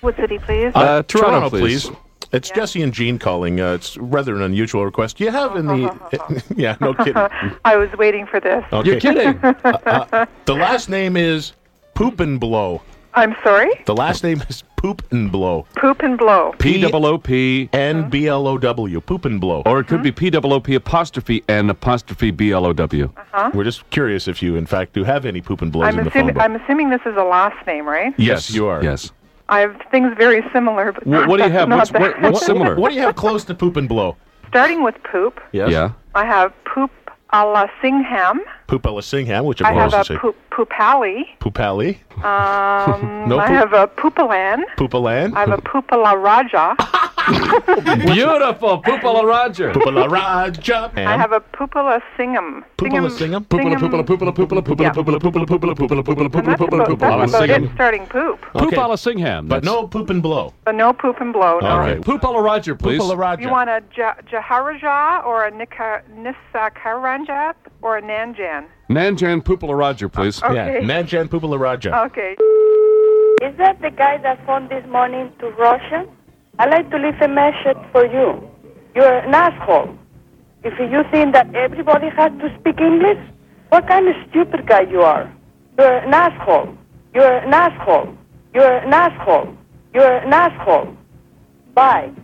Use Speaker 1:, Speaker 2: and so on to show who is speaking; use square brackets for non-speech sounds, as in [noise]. Speaker 1: What city, please?
Speaker 2: Uh, Toronto,
Speaker 3: please.
Speaker 2: please. It's Jesse and Jean calling. Uh, it's rather an unusual request. Do you
Speaker 1: [laughs]
Speaker 2: have in the. [laughs] yeah, no kidding.
Speaker 1: I was waiting for this.
Speaker 2: Okay.
Speaker 3: You're kidding.
Speaker 2: The last name is Poop and Blow.
Speaker 1: I'm sorry?
Speaker 2: The last name is Poop and Blow.
Speaker 1: Poop and blow.
Speaker 3: P double O P,
Speaker 2: N B L O W. Poop and Blow.
Speaker 3: or it could be P double O P apostrophe N apostrophe B L O W.
Speaker 2: We're just curious if you, in fact, do have any Poop and Blows
Speaker 1: I'm
Speaker 2: in the phone
Speaker 1: assuming,
Speaker 2: book.
Speaker 1: I'm assuming this is a last name, right?
Speaker 2: yes, you are.
Speaker 3: Yes.
Speaker 1: I have things very similar, but
Speaker 3: Wh- what do you have?
Speaker 1: not
Speaker 3: What's,
Speaker 1: that.
Speaker 3: what, what's similar?
Speaker 2: What do you have close to Poop and Blow?
Speaker 1: Starting with poop,
Speaker 2: Yes.
Speaker 3: Yeah.
Speaker 1: I have poop a la Singham.
Speaker 2: Poop Ella Singham, which of
Speaker 1: I have
Speaker 2: course is
Speaker 1: a poop poop alley.
Speaker 2: [laughs] a Poop Alley.
Speaker 1: Um,
Speaker 2: No
Speaker 1: I
Speaker 2: poop.
Speaker 1: have a poopalan. I
Speaker 2: Poopalan. [laughs]
Speaker 1: have a poopala raja.
Speaker 3: Beautiful. Poopala Roger.
Speaker 2: Poopala Raja.
Speaker 1: I have a poopala singham.
Speaker 2: Poopala Singham. Poopala, poopala, poopala, poopala, poopala,
Speaker 1: Yeah.
Speaker 2: poopala, poopala, poopala, poopala, poopala,
Speaker 1: And that's about, that's
Speaker 2: poopala, poopala,
Speaker 1: about it
Speaker 2: Singham.
Speaker 1: starting poop.
Speaker 2: Okay.
Speaker 3: Poopala Singham.
Speaker 2: But
Speaker 3: That's-
Speaker 2: no poop and blow.
Speaker 1: But no poop and blow. No.
Speaker 2: All right.
Speaker 3: Poopala Roger, please.
Speaker 2: Poopala Raja.
Speaker 1: You want a ja- Jaharaja or a Nika- Nissakaranjap or a Nanjan?
Speaker 3: Nanjan Poopala Roger, please.
Speaker 2: Yeah.
Speaker 1: Okay.
Speaker 2: Nanjan Poopala Raja.
Speaker 1: Okay.
Speaker 4: Is that the guy that phoned this morning to Russia? I'd like to leave a message for you. You're an asshole. If you think that everybody has to speak English, what kind of stupid guy you are? You're an asshole. You're an asshole. You're an asshole. You're an asshole. Bye.